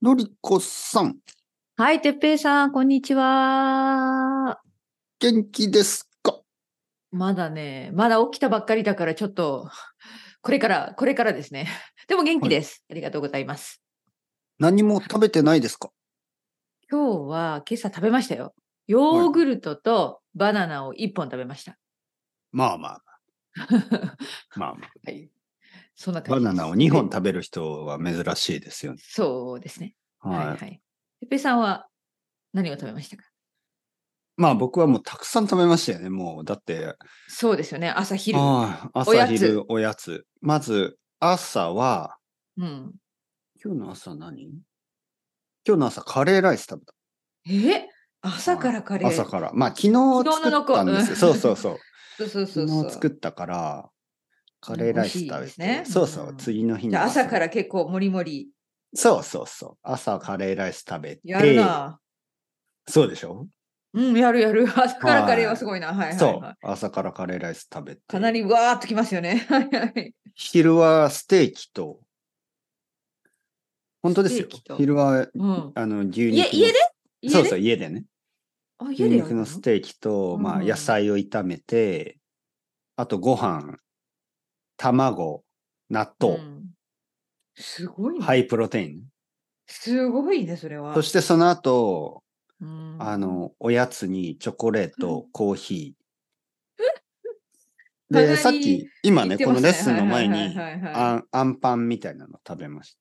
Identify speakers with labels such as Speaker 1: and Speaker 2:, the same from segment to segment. Speaker 1: のりこさん、
Speaker 2: はい、てっぺいさん、こんにちは。
Speaker 1: 元気ですか
Speaker 2: まだね、まだ起きたばっかりだから、ちょっと、これから、これからですね。 でも元気です。ありがとうございます。
Speaker 1: 何も食べてないですか
Speaker 2: 今日は、今朝食べましたよ。ヨーグルトとバナナを1本食べました。
Speaker 1: まあまあ、まあまあ。
Speaker 2: はい。そんな感
Speaker 1: バ
Speaker 2: じ
Speaker 1: ナナを2本
Speaker 2: べ
Speaker 1: 食べる人は珍しいですよね。
Speaker 2: そうですね。はいは。
Speaker 1: はいい。
Speaker 2: てっぺいさんは何を食べましたか
Speaker 1: まあ僕はもうたくさん食べましたよね。もうだって、
Speaker 2: そうですよね、朝昼。
Speaker 1: ああ
Speaker 2: お
Speaker 1: 朝
Speaker 2: やつ
Speaker 1: 昼おやつ。まず朝は、
Speaker 2: うん、
Speaker 1: 今日の朝何今日の朝カレーライス食べた。
Speaker 2: え朝からカレー。
Speaker 1: 朝から。まあ昨日
Speaker 2: 昨日の
Speaker 1: 作ったんですよ。
Speaker 2: 残
Speaker 1: そうそ
Speaker 2: うん
Speaker 1: う そう。
Speaker 2: そうそうそうそ
Speaker 1: 昨
Speaker 2: う。
Speaker 1: 日作ったから、カレーライス食
Speaker 2: 美
Speaker 1: べ
Speaker 2: 味しいです
Speaker 1: て、
Speaker 2: ね
Speaker 1: そうそうう、
Speaker 2: ん
Speaker 1: 次の日
Speaker 2: じ
Speaker 1: の
Speaker 2: ゃあ朝から結構もりもり
Speaker 1: そうそうそう。朝カレーライス食べて。
Speaker 2: やるな。
Speaker 1: そうでしょ、
Speaker 2: うん、やるやる。 朝からカレーはすごいな。はいはい、はい。
Speaker 1: そう。朝からカレーライス食べて。
Speaker 2: かなりわーっときますよね。 はいはい。
Speaker 1: 昼はステーキと、本当ですよ
Speaker 2: ステーキと。
Speaker 1: 昼は、
Speaker 2: うん。
Speaker 1: あの、牛肉の。
Speaker 2: 家家で家で
Speaker 1: そうそう、家でね。
Speaker 2: あ家
Speaker 1: 牛
Speaker 2: でや
Speaker 1: 肉
Speaker 2: る
Speaker 1: のステーキと、まあ、
Speaker 2: うん
Speaker 1: 野菜を炒めて、あとご飯、卵、納豆、
Speaker 2: うんすごいね。
Speaker 1: ハイプロテイン。
Speaker 2: すごいね、それは。
Speaker 1: そしてその後、
Speaker 2: うん
Speaker 1: あ、の、おやつにチョコレート、コーヒ ー。
Speaker 2: かな
Speaker 1: で、
Speaker 2: り
Speaker 1: さっき、今ね、
Speaker 2: 言って
Speaker 1: この
Speaker 2: ます
Speaker 1: レッスンの
Speaker 2: はい
Speaker 1: 前
Speaker 2: はい
Speaker 1: に、
Speaker 2: はい はい
Speaker 1: あんあんパンみたいなの食べました。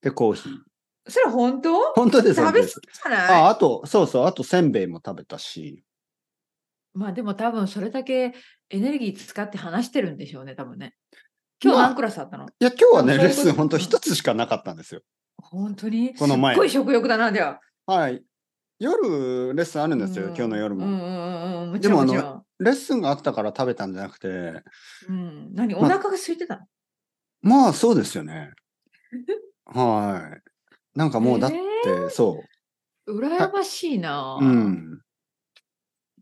Speaker 1: で、コーヒー。
Speaker 2: それは本当
Speaker 1: 本当です、
Speaker 2: 食
Speaker 1: 本
Speaker 2: べ
Speaker 1: 当
Speaker 2: 過
Speaker 1: で
Speaker 2: ぎじ
Speaker 1: す。
Speaker 2: ゃない
Speaker 1: あ、あと、そうそう、あとせんべいも食べたし、
Speaker 2: まあでも多分それだけエネルギー使って話してるんでしょうね、多分ね。今日
Speaker 1: まあ
Speaker 2: 何クラスあったの、
Speaker 1: いや、今日は
Speaker 2: あ
Speaker 1: ね、
Speaker 2: そう
Speaker 1: レッ
Speaker 2: いうこと
Speaker 1: スン本当
Speaker 2: うん
Speaker 1: 一つしかなかったんですよ。
Speaker 2: 本当に
Speaker 1: この前
Speaker 2: すっごい食欲だな、じゃあ。
Speaker 1: はい。夜、レッスンあるんですよ、
Speaker 2: うん
Speaker 1: 今日の夜
Speaker 2: うんう
Speaker 1: も。
Speaker 2: んうんうん。もち
Speaker 1: で
Speaker 2: ろ
Speaker 1: も
Speaker 2: んもち
Speaker 1: あ
Speaker 2: ろん。
Speaker 1: レッスンがあったから食べたんじゃなくて、
Speaker 2: うん、何お
Speaker 1: まあ
Speaker 2: 腹が空いてたの、
Speaker 1: まあ、そうですよ ね。はい。なんかもう、だって
Speaker 2: え、
Speaker 1: そう。
Speaker 2: 羨ましいな、
Speaker 1: うん。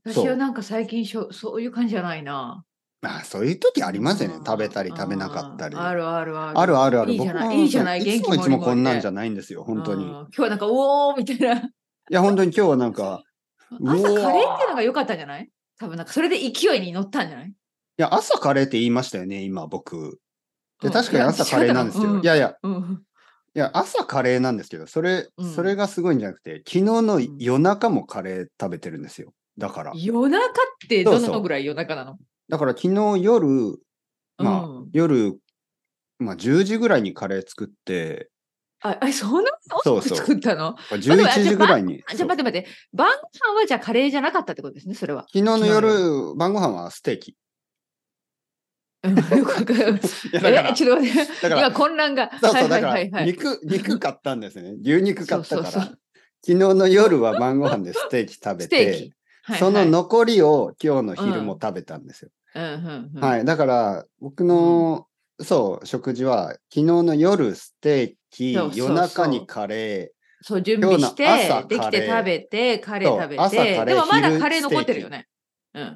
Speaker 1: そう
Speaker 2: 私はなんか最近しょそういう感じじゃないな。
Speaker 1: まあ、そういう時ありますよね
Speaker 2: う。ん
Speaker 1: 食べたり食べなかったり。
Speaker 2: うんあるあるある。
Speaker 1: あるあるある
Speaker 2: いいじゃ
Speaker 1: 僕
Speaker 2: な
Speaker 1: も
Speaker 2: い。いいじゃない。
Speaker 1: い
Speaker 2: 元
Speaker 1: つ
Speaker 2: 気
Speaker 1: もいつもこんなんじゃ
Speaker 2: な
Speaker 1: な
Speaker 2: い。
Speaker 1: いんですよ、本当に。
Speaker 2: うん
Speaker 1: い
Speaker 2: 今日はなんか、おーみたいな。朝
Speaker 1: や、本当に今日はなんか、
Speaker 2: カレーっていう
Speaker 1: うわ
Speaker 2: のが良かったんじゃない多分なんか、それで勢いに乗ったんじゃない
Speaker 1: いや、朝カレーって言いましたよね、今、僕。
Speaker 2: う
Speaker 1: で、
Speaker 2: ん
Speaker 1: 確かに朝カレーなんです
Speaker 2: いや違
Speaker 1: よ。
Speaker 2: うの
Speaker 1: いやいや、
Speaker 2: うん。
Speaker 1: いや、朝カレーなんですけど、それ
Speaker 2: う、ん
Speaker 1: それがすごいんじゃなくて、昨日の
Speaker 2: ん
Speaker 1: 夜中もカレー食べてるんですよ。だから。
Speaker 2: 夜中って
Speaker 1: そう
Speaker 2: ど
Speaker 1: そう
Speaker 2: のぐらい夜中なの
Speaker 1: だから昨日夜、まあ、
Speaker 2: うん
Speaker 1: 夜、まあ、10時ぐらいにカレー作って、
Speaker 2: あ、あそんな
Speaker 1: そう
Speaker 2: の
Speaker 1: そう
Speaker 2: 作ったの
Speaker 1: 11時ぐらいに。
Speaker 2: あじ
Speaker 1: そ
Speaker 2: ゃ
Speaker 1: う
Speaker 2: あ待って待って。晩ご飯はじゃあカレーじゃなかったってことですね、それは。
Speaker 1: 昨日の
Speaker 2: 昨日
Speaker 1: 夜、晩ご飯はステーキ。
Speaker 2: うんよくわかる。
Speaker 1: いやだから
Speaker 2: えちょっと待っ
Speaker 1: だ
Speaker 2: て。
Speaker 1: から
Speaker 2: 今混乱が。
Speaker 1: そうそう、
Speaker 2: は
Speaker 1: だ
Speaker 2: い
Speaker 1: か
Speaker 2: は
Speaker 1: ら
Speaker 2: いはいはい。
Speaker 1: 肉、肉買ったんですね。牛肉買ったから。
Speaker 2: そうそうそう
Speaker 1: 昨日の夜は晩ご飯でステーキ食べ
Speaker 2: ステー
Speaker 1: て
Speaker 2: キ、。はい
Speaker 1: その
Speaker 2: はい、
Speaker 1: 残りを今日の昼も食べたんですよ。
Speaker 2: うんうんうん
Speaker 1: はい。だから、僕の、そう、食事は、昨日の夜ステーキ、
Speaker 2: そうそうそう
Speaker 1: 夜中にカレ
Speaker 2: そう、準備して
Speaker 1: 今日の朝、
Speaker 2: でき
Speaker 1: カ
Speaker 2: て
Speaker 1: レー
Speaker 2: 食べて、カレー
Speaker 1: そう
Speaker 2: 食べ
Speaker 1: 朝カレ
Speaker 2: て、
Speaker 1: ー
Speaker 2: でもまだ
Speaker 1: 昼
Speaker 2: カレー残って
Speaker 1: ステー
Speaker 2: る
Speaker 1: キ
Speaker 2: よね。うん。
Speaker 1: ー。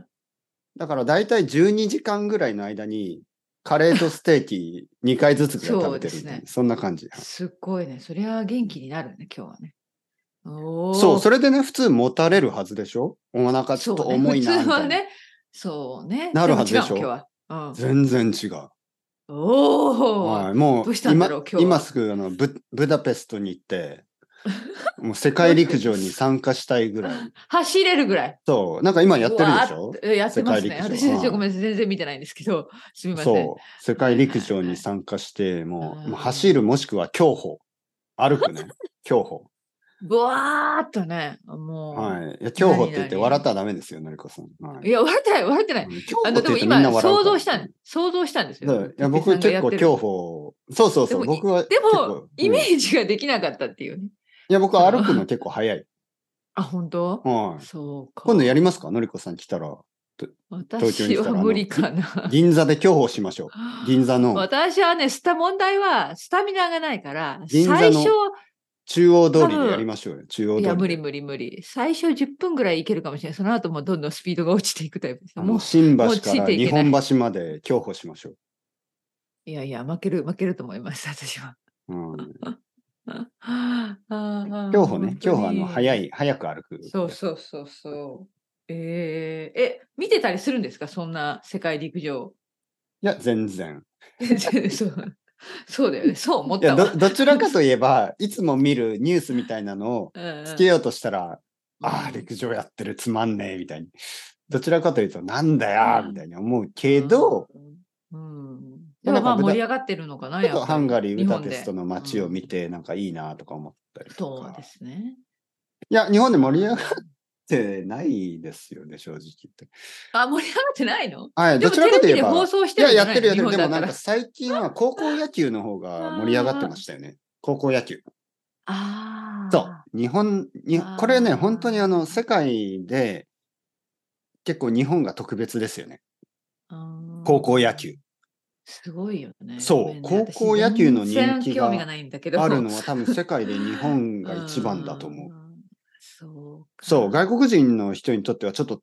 Speaker 1: だから、だいたい12時間ぐらいの間に、カレーとステーキ2回ずつぐらい食べてるみたいな
Speaker 2: そうですね
Speaker 1: そんな感じ。
Speaker 2: すっごいね。そりゃ元気になるね、今日はね。おー
Speaker 1: そう、それでね、普通持たれるはずでしょお腹ちょっと
Speaker 2: そうね
Speaker 1: 重いなみたい
Speaker 2: 普通
Speaker 1: な。
Speaker 2: はね。そうね。
Speaker 1: なるはずでしょ
Speaker 2: も違う今日は。うん、
Speaker 1: 全然違う。
Speaker 2: おお、
Speaker 1: はい、も
Speaker 2: ど
Speaker 1: う
Speaker 2: うしたんだろう今日は
Speaker 1: 今すぐあのブブダペストに行 って、もう世界陸上に参加したいぐらい。
Speaker 2: 走れるぐらい。
Speaker 1: そう、なんか今やってるでしょ
Speaker 2: うわーえやってますね。
Speaker 1: 世界陸
Speaker 2: 私
Speaker 1: 上
Speaker 2: たちごめんなさい、全然見てないんですけど、すみません。
Speaker 1: そう、世界陸上に参加して、もう
Speaker 2: うん
Speaker 1: もう走るもしくは競歩。歩く ね。競歩。
Speaker 2: ぶわーっとね、もう。
Speaker 1: はい。いや、競歩って言って
Speaker 2: 何々
Speaker 1: 笑ったらダメですよ、のりこさん。はい
Speaker 2: い、や、笑ってない、笑ってない。
Speaker 1: うん競歩
Speaker 2: あ
Speaker 1: って言
Speaker 2: の、でも
Speaker 1: うとみんな笑う
Speaker 2: 今、
Speaker 1: から
Speaker 2: 想像したん、想像したんです
Speaker 1: そう
Speaker 2: よ。
Speaker 1: いや僕
Speaker 2: 哲平
Speaker 1: 結
Speaker 2: さんがやっ
Speaker 1: 構
Speaker 2: てる
Speaker 1: 競歩、そうそうそう、
Speaker 2: でもい
Speaker 1: 僕は
Speaker 2: で
Speaker 1: 結
Speaker 2: も
Speaker 1: 構、
Speaker 2: イ
Speaker 1: うん
Speaker 2: メージができなかったっていうね。
Speaker 1: いや、僕は歩く の結構早い。
Speaker 2: あ、本当
Speaker 1: はい。
Speaker 2: そうか。
Speaker 1: 今度やりますかのりこさん来たら。東京に来
Speaker 2: 私
Speaker 1: たら
Speaker 2: は
Speaker 1: あの
Speaker 2: 無理かな。
Speaker 1: 銀座で競歩しまし ょう。銀座の
Speaker 2: 私はね、スタ、問題は、スタミナがないから、
Speaker 1: 銀座の
Speaker 2: 最初、
Speaker 1: 中央通りでやりましょうよ。中央通り
Speaker 2: い
Speaker 1: で。
Speaker 2: や、無理無理無理。最初10分ぐらいいけるかもしれない。その後もどんどんスピードが落ちていくタイプです。
Speaker 1: あ
Speaker 2: も
Speaker 1: の
Speaker 2: う、
Speaker 1: 新橋
Speaker 2: もうつ
Speaker 1: か
Speaker 2: いて
Speaker 1: ら
Speaker 2: いけない
Speaker 1: 日本橋まで競歩しましょ
Speaker 2: いやいや、負ける、負けると思います、私は。
Speaker 1: う。うん競歩ね、競歩あの、早
Speaker 2: い。
Speaker 1: い、早く歩く。
Speaker 2: そうそうそうそう。えー、え、見てたりするんですかそんな世界 陸上。
Speaker 1: いや、全然。
Speaker 2: そうそうだよね。そう思っ
Speaker 1: いや
Speaker 2: たわ
Speaker 1: ど、。どちらかといえば、いつも見るニュースみたいなのを
Speaker 2: うんうん
Speaker 1: つけようとしたら、ああ、陸上やってる、つまんねえ、みたいに。どちらかというと、なんだよ、みたいに思うけど、、
Speaker 2: うんうん、で
Speaker 1: まあ
Speaker 2: もま
Speaker 1: な
Speaker 2: あ
Speaker 1: んか
Speaker 2: 盛り上がってるのかな、
Speaker 1: ちょっ
Speaker 2: やっぱ
Speaker 1: と
Speaker 2: り
Speaker 1: ハンガリー・
Speaker 2: 日
Speaker 1: ブダ
Speaker 2: 本で
Speaker 1: ペストの街を見て、なんかいいなとか思ったりと
Speaker 2: そう
Speaker 1: か
Speaker 2: で。すね。
Speaker 1: いや、日本で盛り上がってないですよね、正直言って。
Speaker 2: あ、盛り上がってないの
Speaker 1: はい、
Speaker 2: で
Speaker 1: ど
Speaker 2: も
Speaker 1: ち
Speaker 2: テ
Speaker 1: らかとい
Speaker 2: レビ
Speaker 1: え
Speaker 2: で
Speaker 1: ば。
Speaker 2: 放送し
Speaker 1: い
Speaker 2: てる
Speaker 1: や、
Speaker 2: んじ
Speaker 1: や
Speaker 2: ゃな
Speaker 1: っ
Speaker 2: い
Speaker 1: てるやってる。で
Speaker 2: 日
Speaker 1: も
Speaker 2: 本だ
Speaker 1: な
Speaker 2: か
Speaker 1: んから最近は高校野球の方が盛り上がってましたよね。高校野球。
Speaker 2: あー
Speaker 1: そう。日本、に
Speaker 2: あー
Speaker 1: これね、本当にあの、世界で結構日本が特別ですよね。
Speaker 2: あー
Speaker 1: 高校野球。
Speaker 2: すごいよね。
Speaker 1: そう
Speaker 2: ごめんね
Speaker 1: 高校野球の人気が
Speaker 2: 私全然興味がないんだけど
Speaker 1: あるのは多分世界で日本が一番だと思う。
Speaker 2: ん。そうか
Speaker 1: そう、外国人の人にとってはちょっと、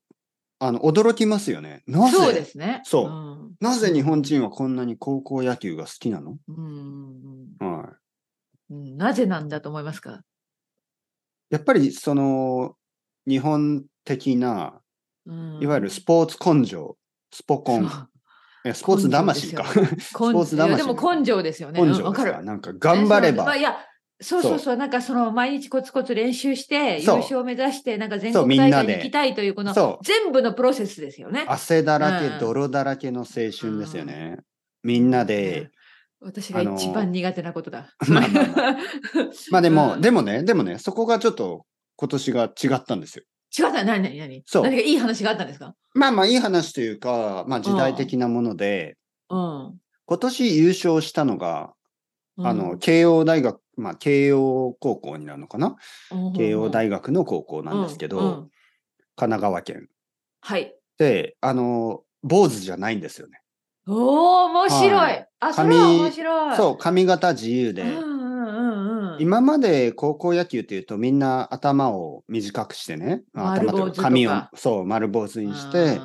Speaker 1: あの、驚きますよね。なぜ
Speaker 2: そうですね。
Speaker 1: そうんなぜ日本人はこんなに高校野球が好きなの
Speaker 2: うんうん
Speaker 1: はい。
Speaker 2: うんなぜなんだと思いますか、
Speaker 1: やっぱりその、日本的な、
Speaker 2: うん
Speaker 1: いわゆるスポーツ根性、スポコン、
Speaker 2: そう
Speaker 1: えスポーツ魂か。
Speaker 2: 根
Speaker 1: 根
Speaker 2: 根
Speaker 1: スポーツ魂
Speaker 2: いやでも根性ですよね。
Speaker 1: 性
Speaker 2: う
Speaker 1: で
Speaker 2: ん
Speaker 1: す
Speaker 2: わ、かる
Speaker 1: か。。なんか頑張れ
Speaker 2: ねそのまあ
Speaker 1: ば
Speaker 2: い。や、そうそうそう、なんかその毎日コツコツ練習して、優勝を目指して、なんか全国大
Speaker 1: そうみんな
Speaker 2: 会
Speaker 1: で
Speaker 2: に行きたいという、この
Speaker 1: そう
Speaker 2: 全部のプロセスですよね。
Speaker 1: 汗だら
Speaker 2: う
Speaker 1: け、
Speaker 2: ん
Speaker 1: 泥だらけの青春ですよね。みんなで。
Speaker 2: 私が一番苦手なことだ。
Speaker 1: まあまあまあまあでも、
Speaker 2: うん
Speaker 1: でもね、でもね、そこがちょっと今年が違ったんですよ。
Speaker 2: 違った、何、何、何。
Speaker 1: そう
Speaker 2: 何かいい話があったんですか
Speaker 1: まあまあいい話というか、まあ時代的なもので、
Speaker 2: うん。
Speaker 1: 今年優勝したのが、あの、慶応大学、まあ慶応高校になるのかな
Speaker 2: うん、
Speaker 1: 慶応
Speaker 2: 学
Speaker 1: 大学の高校なんですけど、神奈川県。
Speaker 2: はい。
Speaker 1: で、あの、坊主じゃないんですよね。
Speaker 2: おお、面白い。
Speaker 1: はい
Speaker 2: あ、それは面白い。
Speaker 1: そう、髪型自由
Speaker 2: う
Speaker 1: で
Speaker 2: ん。うんうんうん。
Speaker 1: 今まで高校野球っていうとみんな頭を短くしてね、まあ
Speaker 2: 丸
Speaker 1: 頭という
Speaker 2: 坊主と
Speaker 1: か
Speaker 2: か
Speaker 1: 髪をそう丸坊主にして、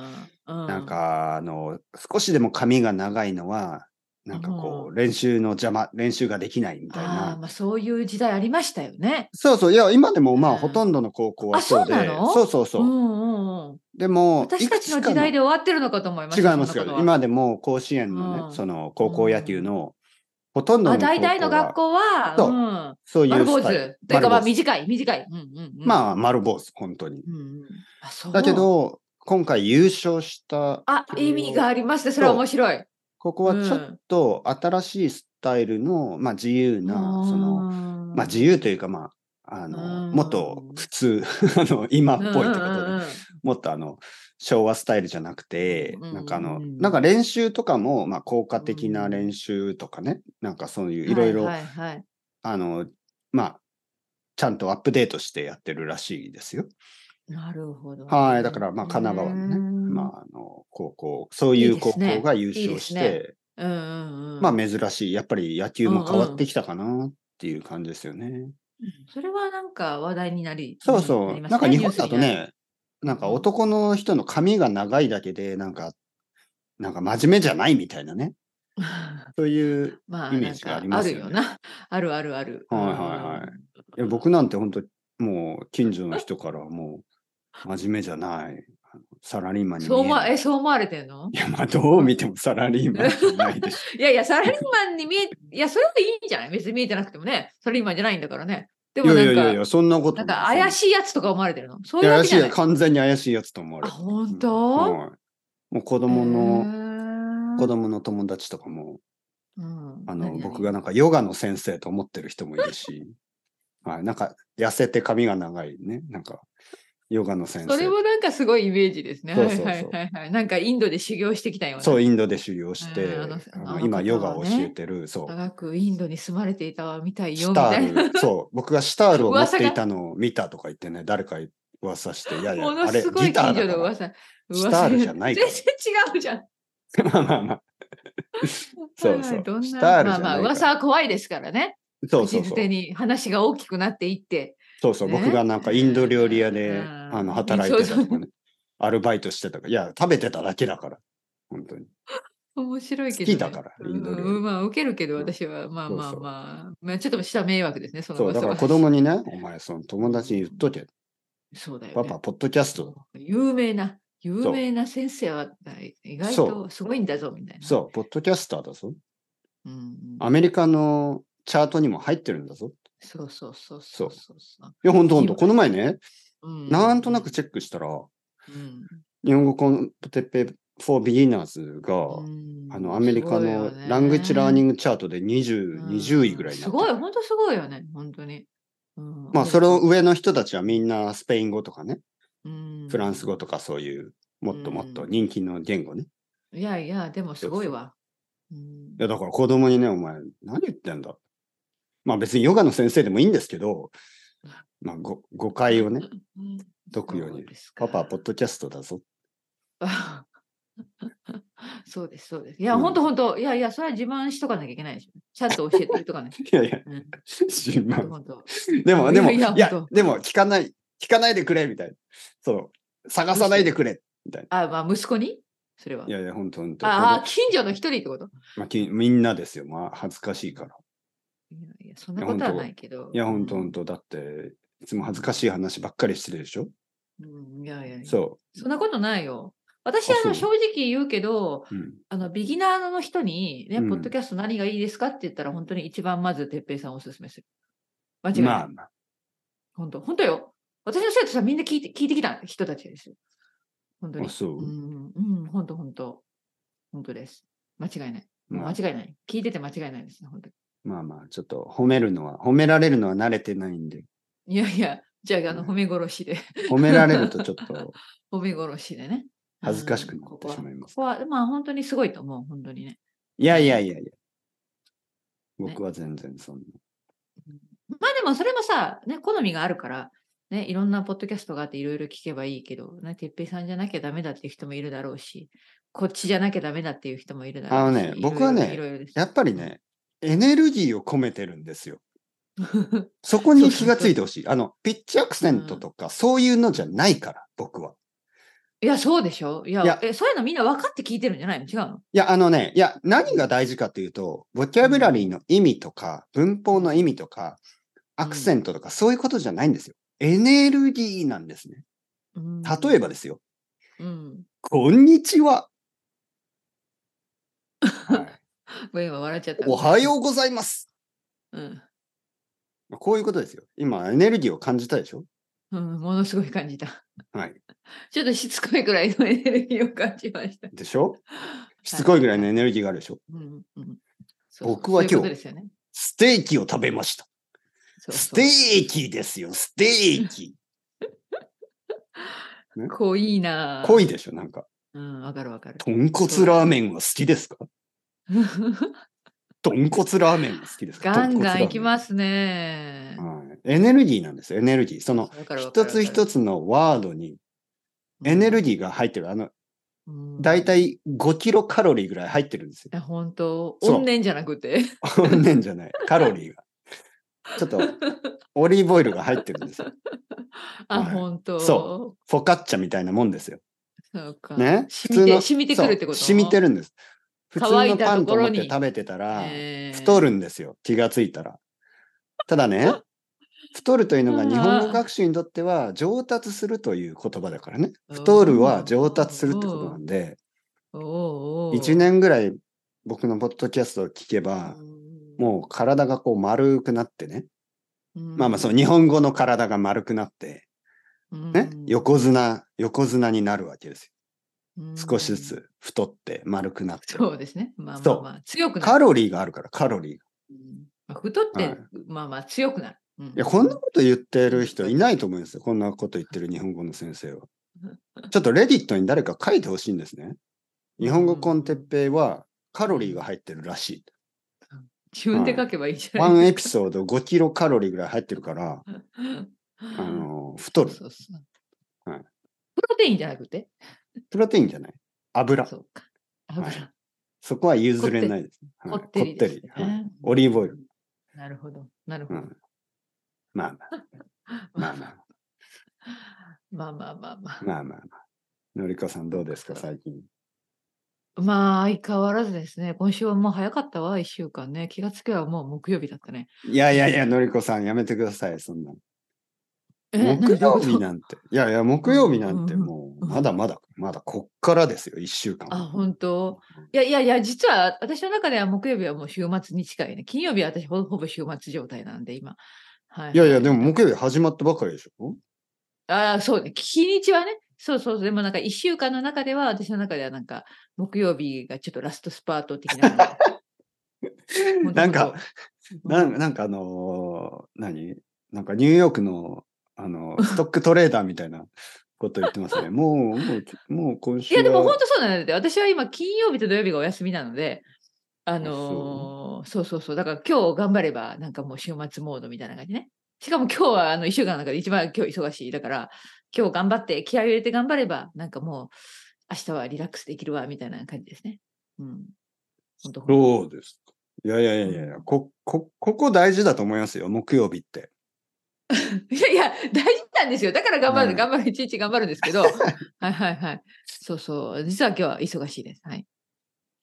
Speaker 2: うん、う
Speaker 1: なん、かあの少しでも髪が長いのはなんかこう練習の邪魔練習ができないみたい
Speaker 2: ああー、
Speaker 1: な。
Speaker 2: まあそういう時代ありましたよね。
Speaker 1: そうそういや今でもま
Speaker 2: う
Speaker 1: あ
Speaker 2: ん
Speaker 1: ほとんどの高校はそうで、
Speaker 2: あそうなの
Speaker 1: そうそうそうう。
Speaker 2: んうんうん。
Speaker 1: でも
Speaker 2: 私たちの
Speaker 1: いくつか
Speaker 2: 時代で終わってるのかと思いまし
Speaker 1: 違い
Speaker 2: た。
Speaker 1: ますけ
Speaker 2: そんな
Speaker 1: ど
Speaker 2: こと
Speaker 1: 今
Speaker 2: は
Speaker 1: でも甲子園のね、
Speaker 2: うん
Speaker 1: その高校野球のほとんどの
Speaker 2: あ
Speaker 1: 高校は
Speaker 2: 大体の学校は、
Speaker 1: そう
Speaker 2: うん、
Speaker 1: そういう
Speaker 2: 丸坊
Speaker 1: ス
Speaker 2: 主。
Speaker 1: タ
Speaker 2: と
Speaker 1: イ
Speaker 2: い
Speaker 1: ル
Speaker 2: うか、ま
Speaker 1: 丸
Speaker 2: あ
Speaker 1: 坊主
Speaker 2: 短い、短い。うんうんうん、
Speaker 1: まあ丸坊主本当に。
Speaker 2: うんうんあそう
Speaker 1: だけ、ど、今回優勝した、
Speaker 2: あ、意味がありました。それは面白い。
Speaker 1: ここはちょっと新しいスタイルの、まあ自由な、その、
Speaker 2: の
Speaker 1: まあ自由というか、まあ、あの、
Speaker 2: うん
Speaker 1: もっと普通、 あの、今っぽいってことで、もっとあの、昭和スタイルじゃなくて、
Speaker 2: うん
Speaker 1: なんかあの、
Speaker 2: うん
Speaker 1: なんか練習とかも、まあ効果的な練習とかね、なんかそういういろいろ、
Speaker 2: はいはいはい
Speaker 1: あの、まあ、ちゃんとアップデートしてやってるらしいですよ。
Speaker 2: なるほどね。
Speaker 1: はい、だからまあ神奈川のね、
Speaker 2: うん
Speaker 1: まああの高校、そういうい
Speaker 2: いで
Speaker 1: 高
Speaker 2: すね
Speaker 1: 校が優勝して、
Speaker 2: いいですうんうんうん、
Speaker 1: まあ珍しい、やっぱり野球も変わってきたかなっていう感じですよね。
Speaker 2: それはなんか話題になり、
Speaker 1: そうそう、
Speaker 2: りま
Speaker 1: な
Speaker 2: し
Speaker 1: ん
Speaker 2: た
Speaker 1: か
Speaker 2: ね
Speaker 1: 日本だと、ね、なんか男の人の髪が長いだけで、なんか、なんか真面目じゃないみたいなね、
Speaker 2: ニュースになる
Speaker 1: そういう、
Speaker 2: まあ、
Speaker 1: イメージがありますよね
Speaker 2: なんかあるよな。あるあるある。
Speaker 1: はいはいはい
Speaker 2: うん。
Speaker 1: いや僕なんて本当、もう近所の人からはもう、真面目じゃない、サラリーマンに見
Speaker 2: そう
Speaker 1: え
Speaker 2: 思わ
Speaker 1: ない。
Speaker 2: えそう思われてんの
Speaker 1: いや、まあ、どう見てもサラリーマンじゃないでしょ。
Speaker 2: いやいや、サラリーマンに見え、いや、それはいいんじゃない別に見えてなくてもね。サラリーマンじゃないんだからね。で
Speaker 1: い
Speaker 2: も
Speaker 1: や
Speaker 2: なんか、
Speaker 1: いやいやいや、そんなこと
Speaker 2: なんか怪
Speaker 1: い。
Speaker 2: しいやつとか思われてるのそう
Speaker 1: い
Speaker 2: いう
Speaker 1: や
Speaker 2: わ
Speaker 1: 怪
Speaker 2: け
Speaker 1: し
Speaker 2: じ
Speaker 1: い
Speaker 2: ゃ
Speaker 1: や
Speaker 2: ない。
Speaker 1: 完全に怪しいやつと思われる。
Speaker 2: あ、本当
Speaker 1: はいもう子供の、子供の友達とかも、あの、僕が
Speaker 2: ね。
Speaker 1: なんかヨガの先生と思ってる人もいるし、 はい、なんか痩せて髪が長いね、なんかヨガの先
Speaker 2: それ
Speaker 1: 生。
Speaker 2: もなんかすごいイメージですね。
Speaker 1: そ
Speaker 2: は
Speaker 1: う
Speaker 2: い
Speaker 1: そうそう
Speaker 2: はいはいはい。なんかインドで修行してきたような。
Speaker 1: そう、インドで修行して、
Speaker 2: うんあの
Speaker 1: あの
Speaker 2: あの
Speaker 1: 今
Speaker 2: 方
Speaker 1: ヨガを
Speaker 2: は
Speaker 1: 教
Speaker 2: ね
Speaker 1: えてる、そう、
Speaker 2: 長くインドに住まれていたわみたいよ
Speaker 1: シ
Speaker 2: み
Speaker 1: タ
Speaker 2: たいな。
Speaker 1: ール、そう、僕がシタールを持っ
Speaker 2: 噂
Speaker 1: て
Speaker 2: が
Speaker 1: いたのを見たとか言ってね、誰か噂して、いやいや、
Speaker 2: も
Speaker 1: あ
Speaker 2: の
Speaker 1: れ、
Speaker 2: すごい
Speaker 1: ギタ
Speaker 2: 近
Speaker 1: ーだ
Speaker 2: 所の
Speaker 1: か
Speaker 2: 噂。
Speaker 1: スタールじゃないから
Speaker 2: 全然違うじゃん。
Speaker 1: ら。 まあまあまあ。そう
Speaker 2: はい
Speaker 1: そ
Speaker 2: は
Speaker 1: う
Speaker 2: いどんな
Speaker 1: スタールじゃない
Speaker 2: まあまあ
Speaker 1: から
Speaker 2: 噂は怖いですからね。
Speaker 1: そうそ
Speaker 2: 口
Speaker 1: う
Speaker 2: づ
Speaker 1: そう
Speaker 2: て。に話が大きくなっていって。
Speaker 1: そうそう、
Speaker 2: ね
Speaker 1: 僕がなんかインド料理屋で、
Speaker 2: うん
Speaker 1: あの働いてた
Speaker 2: そ
Speaker 1: と
Speaker 2: う
Speaker 1: かね、アルバイトしてたから、いや、食べてただけだから、本当に。
Speaker 2: 面白いけど、
Speaker 1: 好きだからインド料理
Speaker 2: うんまあ、受けるけど、
Speaker 1: うん
Speaker 2: 私は、まあ
Speaker 1: そう
Speaker 2: まあ
Speaker 1: そう
Speaker 2: まあ、まあ、ちょっとした迷惑ですね、その
Speaker 1: そう、だから子供にね、お前、その友達に言っとけ。
Speaker 2: そうだよ、
Speaker 1: パ
Speaker 2: ね。
Speaker 1: パ、ポッドキャスト、
Speaker 2: 有名な、有名な先生は意外とすごいんだぞ、みたいな。
Speaker 1: そう、ポッドキャスターだぞ。
Speaker 2: うんうん。
Speaker 1: アメリカのチャートにも入ってるんだぞ。
Speaker 2: そうそうそうそうそうそう。
Speaker 1: いや、ほんとほんと、この前ね、
Speaker 2: うん
Speaker 1: なんとなくチェックしたら、
Speaker 2: うん
Speaker 1: 日本語コンテッペ for beginners が、
Speaker 2: うん
Speaker 1: あの、アメリカ
Speaker 2: すごいよ
Speaker 1: の
Speaker 2: ね
Speaker 1: ラングチラーニングチャートで20、20位ぐらいにな
Speaker 2: す
Speaker 1: って
Speaker 2: ごい、
Speaker 1: る。
Speaker 2: 本当すごいよね、本当に。うん
Speaker 1: まあ、それを、上の人たちはみんなスペイン語とかね、
Speaker 2: うん
Speaker 1: フランス語とかそういう、もっともっと人気の言語ね。
Speaker 2: いやいや、でもすごいわ。うん
Speaker 1: いや、だから子供にね、お前、何言ってんだ。まあ別にヨガの先生でもいいんですけど、まあご誤解をね、
Speaker 2: うん
Speaker 1: 解くように
Speaker 2: そですか
Speaker 1: パパはポッドキャストだぞ。
Speaker 2: そうです、そうです。いや、
Speaker 1: うん
Speaker 2: 本当本当いやいや、それは自慢しとかなきゃいけないでしょ。ちゃんと教えてるとかね。
Speaker 1: いやいや、
Speaker 2: うん
Speaker 1: 自慢。
Speaker 2: 本当
Speaker 1: でも、でも、
Speaker 2: い
Speaker 1: い
Speaker 2: や
Speaker 1: や
Speaker 2: いや、本
Speaker 1: でも聞かない、聞かないでくれ、みたいな。そう、探さないでくれ。
Speaker 2: あ、まあ、息子にそれは。
Speaker 1: いやいや、ほんとほんと。
Speaker 2: ああ、
Speaker 1: 子
Speaker 2: 近所の一人ってこと
Speaker 1: 供まあ、きみんなですよ。まあ、恥ずかしいから。
Speaker 2: いやいや、そんなことはないけど。
Speaker 1: いや、ほんとほ
Speaker 2: うん
Speaker 1: んと。だって、いつも恥ずかしい話ばっかりしてるでしょ。
Speaker 2: うんいやいやいやそ
Speaker 1: そ
Speaker 2: んなことないよ。私はあの
Speaker 1: あそ
Speaker 2: 正直言うけど、
Speaker 1: う。うん。
Speaker 2: あのビギナーの人に、ね
Speaker 1: うん
Speaker 2: ポッドキャスト何がいいですかって言ったら、本当に一番まず哲平さんをおすすめする。間違いない。
Speaker 1: まあまあ。
Speaker 2: 本当、本当よ。私の生徒さんみんな聞いて聞いてきた人たちですよ。本当に
Speaker 1: あ。そう
Speaker 2: うん、うん、本当、本当。本当です。間違いない。
Speaker 1: ま
Speaker 2: 間
Speaker 1: あ
Speaker 2: 違いない。聞いてて間違いないですね、本当
Speaker 1: まあまあ、ちょっと褒めるのは、褒められるのは慣れてないん で、
Speaker 2: に。いやいや、じゃあ、あの、
Speaker 1: うん
Speaker 2: 褒め殺しで、
Speaker 1: 褒められるとちょっと、
Speaker 2: 褒め殺しでね。
Speaker 1: 恥ずかしくな
Speaker 2: うん
Speaker 1: ってしまいます
Speaker 2: ここは、ここはまあ、本当にすごいと思う、本当にね。
Speaker 1: いやいやいやいや。僕は全然そんな。
Speaker 2: まあでも、それもさ、ね、好みがあるから、ね、いろんなポッドキャストがあって、いろいろ聞けばいいけど、ね、てっぺいさんじゃなきゃダメだっていう人もいるだろうし、こっちじゃなきゃダメだっていう人もいるだろうし。
Speaker 1: あのね
Speaker 2: いろいろ
Speaker 1: 僕はね
Speaker 2: いろいろです
Speaker 1: やっぱりね、エネルギーを込めてるん ですよ。そこに気がついてほしい。あの、ピッチアクセントとか、そういうのじゃないから、僕は。
Speaker 2: いや、そうでしょいや
Speaker 1: いや
Speaker 2: え、そういうのみんな分かって聞いてるんじゃないの違うの
Speaker 1: いや、あのね、いや、何が大事かというと、ボキャブラリーの意味とか、文法の意味とか、アクセントとか、そういうことじゃないんですよ。エネルギーなんですね。
Speaker 2: うん
Speaker 1: 例えばですよ。
Speaker 2: うん。
Speaker 1: こんにちは。はい
Speaker 2: ごめん、今笑っちゃった。
Speaker 1: おはようございます。
Speaker 2: うん。
Speaker 1: まあこういうことですよ。今、エネルギーを感じたでしょ
Speaker 2: うん、ものすごい感じた。
Speaker 1: はい。
Speaker 2: ちょっとしつこいくらいのエネルギーを感じました。
Speaker 1: でしょしつこいぐらいのエネルギーがあるでしょ
Speaker 2: うんうん、
Speaker 1: 僕は
Speaker 2: そうい
Speaker 1: 今
Speaker 2: うこと
Speaker 1: 日
Speaker 2: ですよね
Speaker 1: ステーキを食べました。
Speaker 2: そう
Speaker 1: ス
Speaker 2: そ
Speaker 1: テ
Speaker 2: う
Speaker 1: ーキですよ、ステーキ。
Speaker 2: 濃いなぁ。
Speaker 1: 濃いでしょなんか。
Speaker 2: うん、わかるわかる。
Speaker 1: 豚骨ラーメンは好きですか豚骨ラーメンは好きですか。
Speaker 2: ガンガンいきますすね。
Speaker 1: はいエネルギーなんですよ、エネルギー。その、一つ一
Speaker 2: つ
Speaker 1: つのワードにエネルギーが入ってる。あの、だい
Speaker 2: い
Speaker 1: たい5キロカロリーぐらい入ってるんですよ。
Speaker 2: や、本当
Speaker 1: そう
Speaker 2: 怨念じゃなくて。
Speaker 1: 本年じゃない、カロリーが。ちょっと、オリーブオイルが入ってるんですよ。
Speaker 2: あ、
Speaker 1: はい
Speaker 2: 本当
Speaker 1: そフォカッチャみたいなもんですよ。
Speaker 2: う。そうか。
Speaker 1: ね。
Speaker 2: 染みて、染みてくるってこと
Speaker 1: そう染みて
Speaker 2: る。
Speaker 1: るんです。普通
Speaker 2: 乾い
Speaker 1: の
Speaker 2: た
Speaker 1: パ
Speaker 2: と
Speaker 1: ン
Speaker 2: ことろ
Speaker 1: 思っ
Speaker 2: に
Speaker 1: て食べてたら、
Speaker 2: えー
Speaker 1: 太るんですよ。気がついたら。ただね、太るというのが日本語学習にとっては上達するという言葉だからね。太るは上達するってことなんで、
Speaker 2: おうおう
Speaker 1: 1年ぐらい僕のポッドキャストを聞けば、もう体がこう丸くなってね。
Speaker 2: うん、
Speaker 1: まあまあそう、日本語の体が丸くなって、
Speaker 2: うん、
Speaker 1: ね、横綱、横綱になるわけです
Speaker 2: うん
Speaker 1: よ。少しず。つ太って丸くなって。
Speaker 2: そうですね。まあま
Speaker 1: そ
Speaker 2: あ、
Speaker 1: う
Speaker 2: まあ、強くな
Speaker 1: カ
Speaker 2: る。
Speaker 1: ロリーがあるから、カロリーが。
Speaker 2: うんまあ太って、
Speaker 1: はい
Speaker 2: まあまあ強くなる。うん
Speaker 1: いや、こんなこと言ってる人いないと思うんですよ。こんなこと言ってる日本語の先生は。ちょっとレディットに誰か書いてほしいんですね。日本語コンテッペイはカロリーが入ってるらし
Speaker 2: 自分で書けばいいじ
Speaker 1: い。
Speaker 2: ゃな
Speaker 1: ワ
Speaker 2: い
Speaker 1: ンエピソード5キロカロリーぐらい入ってるから、 あの、太る。
Speaker 2: そうそう
Speaker 1: はい
Speaker 2: プロテインじゃなくて
Speaker 1: プロテインじゃない。油。
Speaker 2: そうか。
Speaker 1: はい
Speaker 2: 油
Speaker 1: そこは譲れないです。
Speaker 2: こ
Speaker 1: はい
Speaker 2: ってりですね、
Speaker 1: はいオリーブオイル。
Speaker 2: なるほど。なるほ
Speaker 1: う
Speaker 2: ど。
Speaker 1: ん。まあまあ、まあまあ。
Speaker 2: まあまあまあまあ。
Speaker 1: まあまあまあ。のりこさんどうですか、最近。
Speaker 2: まあ、相変わらずですね。今週はもう早かったわ、一週間ね。気がつけばもう木曜日だったね。
Speaker 1: いやいやいや、のりこさん、やめてください、そんなの。
Speaker 2: え
Speaker 1: 木曜日
Speaker 2: な
Speaker 1: なんて。いやいや、木曜日なんて
Speaker 2: うんうん
Speaker 1: もう、
Speaker 2: うん
Speaker 1: まだまだ、まだこっからですよ、一週間。
Speaker 2: あ、本当いやいやいや、実は私の中では木曜日はもう週末に近いね。金曜日は私ほほぼ週末状態なんで、今。はい
Speaker 1: やいや、でも木曜日始まったばかりでしょ
Speaker 2: ああ、そうね。日にちはね。そうそう。でもなんか一週間の中では、私の中ではなんか、木曜日がちょっとラストスパート的なのが。ほと
Speaker 1: なんか、
Speaker 2: うん
Speaker 1: なんなんかあのー何なんかニューヨークの、あのー、ストックトレーダーみたいなこと言ってますね。もう、もう、もう今
Speaker 2: い
Speaker 1: 週は。
Speaker 2: や、でも本当そうなんだよ。私は今、金曜日と土曜日がお休みなので、あのーそうそうそう。だから今日頑張れば、なんかもう週末モードみたいな感じね。しかも今日はあの1週間の中で一番今日忙しい。だから、今日頑張って、気合を入れて頑張れば、なんかもう、明日はリラックスできるわ、みたいな感じですね。うん。本当本
Speaker 1: そうですか。いやいやいやいや、こ、こ、ここ大事だと思いますよ、木曜日って。
Speaker 2: 当い やいや、大事なんですよ。だから頑張る、
Speaker 1: はい
Speaker 2: 頑張る、一日頑張るんです けど。はいはいはい。そうそう。実は今日は忙しいです。はい。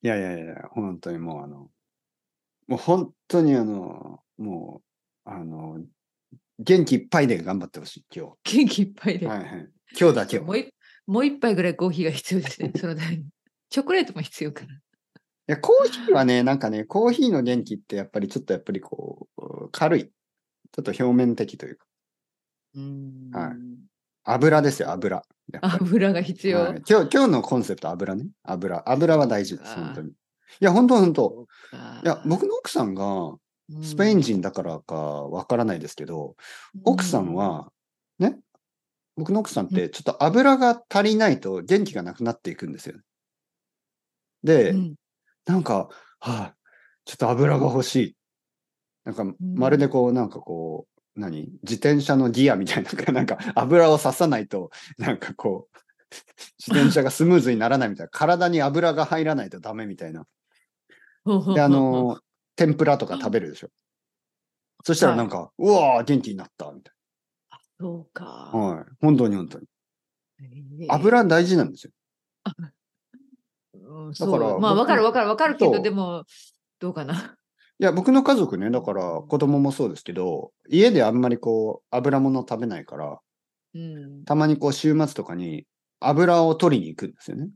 Speaker 1: いやいやいや、本当にもうあの、もう本当にあの、もう、あの、元気いっぱいで頑張ってほしい、今
Speaker 2: 元気いっぱい
Speaker 1: 日。
Speaker 2: で。
Speaker 1: はいはい。今日だけは。
Speaker 2: もう一もう一杯ぐらいコーヒーが必要で すね、そのために。チョコレートも必要かな。
Speaker 1: いや、コーヒーはね、なんかね、コーヒーの元気ってやっぱりちょっとやっぱりこう、軽い。ちょっと表面的というか、はい油ですよ、油。やっぱり
Speaker 2: 油が必要。
Speaker 1: はい今日、今日のコンセプト油ね。油。油は大事です、
Speaker 2: あー
Speaker 1: 本当に。いや、本当本当。
Speaker 2: あー
Speaker 1: いや、僕の奥さんが、スペイン、人だからかわからないですけど、
Speaker 2: うん
Speaker 1: 奥さん、は、ね、僕の奥さんってちょっと油が足りないと元気がなくなっていくんですよ。で、
Speaker 2: うん
Speaker 1: なんか、はあ、ちょっと油が欲しい。なんか、まるでこう、なんかこう、何自転車のギアみたいな、 なんか油を刺さないと、なんかこう、自転車がスムーズにならないみたいな、体に油が入らないとダメみたいな。
Speaker 2: ほうほうほうほう
Speaker 1: で、あの、天ぷらとか食べるでしょ。そしたらなんか、うわー、元気になった、みたい
Speaker 2: そうか
Speaker 1: な。。はい。本当に本当に。
Speaker 2: えー
Speaker 1: 油大事なんですよ。
Speaker 2: うん、
Speaker 1: か
Speaker 2: だ
Speaker 1: ら
Speaker 2: から、まあ、
Speaker 1: 僕
Speaker 2: わかるわかるわかるけ
Speaker 1: そ
Speaker 2: ど、
Speaker 1: う
Speaker 2: でも、どうかな。
Speaker 1: いや、僕の家族ね、だから子供もそうですけど、家であんまりこう、油物食べないから、
Speaker 2: うん、
Speaker 1: たまにこう、週末とかに油を取りに行くんですよね。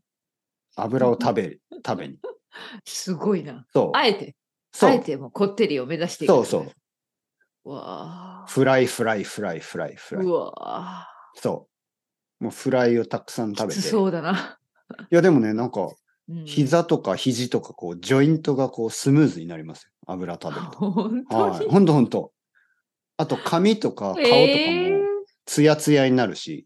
Speaker 1: 油を食べ、食べに。
Speaker 2: すごいな。
Speaker 1: そう。
Speaker 2: あえて、
Speaker 1: そ
Speaker 2: あえ
Speaker 1: う。
Speaker 2: てもうこってりを目指していく。
Speaker 1: そうそう。
Speaker 2: う。わあ。
Speaker 1: フライ、フライ、フライ、フライ、フライ
Speaker 2: う。わあ。
Speaker 1: そう。もうフライをたくさん食べ
Speaker 2: き
Speaker 1: て。
Speaker 2: つ
Speaker 1: い
Speaker 2: そうだな。
Speaker 1: や、でもね、なんか、
Speaker 2: うん
Speaker 1: 膝とか肘とかこうジョイントがこうスムーズになりますよ。油食べると。
Speaker 2: 本当に
Speaker 1: はい。。ほんとほんと。あと髪とか顔とか
Speaker 2: えー
Speaker 1: もツヤツヤになるし、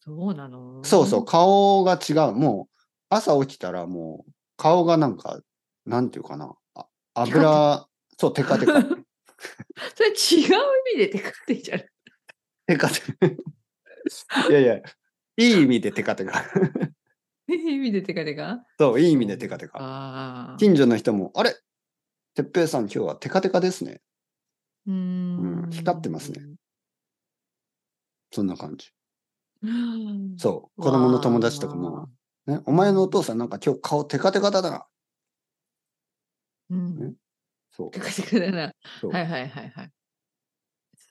Speaker 2: そうなの
Speaker 1: そう そう、顔が違う。もう朝起きたらもう顔がなんか、なんていうかな。あ油、そう、テカテ カ。
Speaker 2: それ違う意味でテカってんじゃない
Speaker 1: テカテカ。 いやいや、いい意味でテカテカ。
Speaker 2: いい意味でテカテカ
Speaker 1: そう、いい意味でテカテカ。
Speaker 2: ああ。
Speaker 1: 近所の人も、あれてっぺいさん今日はテカテカですね。
Speaker 2: うーん
Speaker 1: うん光ってますね。そんな感じ。
Speaker 2: うん
Speaker 1: そう。子供の友達とかも、。ね、お前のお父さんなんか今日顔テカテカだな。
Speaker 2: う
Speaker 1: ね
Speaker 2: ん。
Speaker 1: そう
Speaker 2: テ。カテカだな。
Speaker 1: そう
Speaker 2: はいはいはいはい。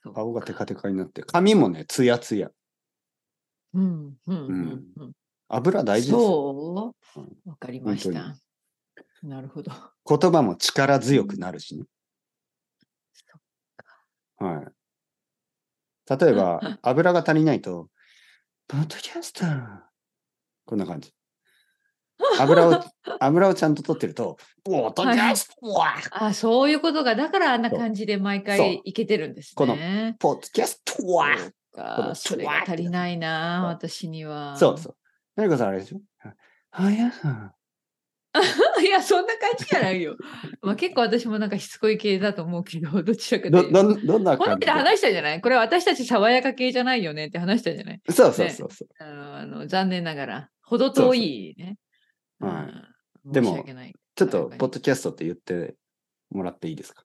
Speaker 2: そう
Speaker 1: 顔がテカテカになって、髪もね、ツヤツヤ。
Speaker 2: うんうんうんうん。
Speaker 1: 油大事ですよ。
Speaker 2: そう
Speaker 1: うん
Speaker 2: わかりまし
Speaker 1: 本
Speaker 2: た。なるほど。
Speaker 1: 言葉も力強くなるしね。
Speaker 2: そ
Speaker 1: はい。例え ば、油が足りないと、ポッドキャスター。こんな感じ。油 を、油をちゃんと取ってると、ポッドキャスター
Speaker 2: あそういうことが、だからあんな
Speaker 1: そう
Speaker 2: 感じで毎
Speaker 1: そう
Speaker 2: 回いけてるんですね。
Speaker 1: このポッドキャスターこの
Speaker 2: かそれが足りないな、私には。
Speaker 1: そうそう。何かさんあれでしょあやさん。
Speaker 2: いや、そんな感じじゃないよ。まあ結構私もなんかしつこい系だと思うけど、 どちらかという
Speaker 1: ど、
Speaker 2: と。
Speaker 1: どん、どんな
Speaker 2: この
Speaker 1: 感じ
Speaker 2: 時で話したんじゃないこれは私たち爽やか系じゃないよねって話したんじゃない
Speaker 1: そうそうそうそう。
Speaker 2: あのあの残念ながら、ほど遠いね。
Speaker 1: そうそうはい
Speaker 2: うん
Speaker 1: でも
Speaker 2: 申し訳ない
Speaker 1: ちょっと、ポッドキャストって言ってもらっていいですか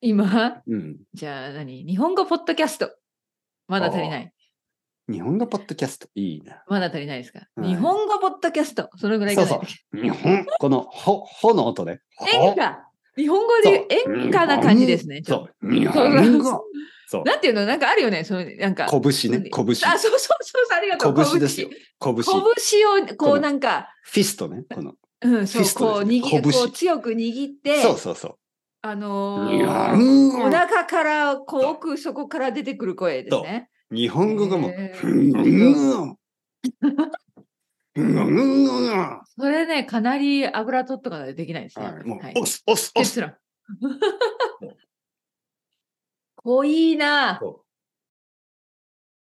Speaker 2: 今、
Speaker 1: うん。
Speaker 2: じゃあ何日本語ポッドキャスト。まだ足りない。
Speaker 1: 日本語ポッドキャストいいな。
Speaker 2: まだ足りないですか、
Speaker 1: はい
Speaker 2: 日本語ポッドキャスト、それぐらいいかないと
Speaker 1: そう日本、この、ほ、ほの音で。ほ
Speaker 2: 演歌日本語で
Speaker 1: そう
Speaker 2: 演歌な感じですね。ちょっ
Speaker 1: そう。日本語。そう
Speaker 2: と。なんていうのなんかあるよね。そのなんか。
Speaker 1: 拳ね、拳。
Speaker 2: あ、そうそうそうそう、ありがとう。
Speaker 1: 拳ですよ。拳。フ
Speaker 2: 拳。拳をこ
Speaker 1: こ
Speaker 2: う
Speaker 1: の
Speaker 2: なんか、
Speaker 1: ィストね、この。
Speaker 2: うん、そう、
Speaker 1: フィスト
Speaker 2: こう
Speaker 1: ですね
Speaker 2: 握こ
Speaker 1: 拳
Speaker 2: う強く握って、
Speaker 1: そうそうそ
Speaker 2: あ
Speaker 1: う。
Speaker 2: の
Speaker 1: 日
Speaker 2: ー
Speaker 1: 本語。
Speaker 2: お腹からこう奥底から出てくる声ですね。
Speaker 1: 日本語がもう、
Speaker 2: へー
Speaker 1: ふんごんごんふんごんごんごんごんは
Speaker 2: それね、かなり油取っとかないとできないですね。
Speaker 1: いもう
Speaker 2: はい、
Speaker 1: 押す、押す、押。
Speaker 2: です すら。濃いなあ。
Speaker 1: そ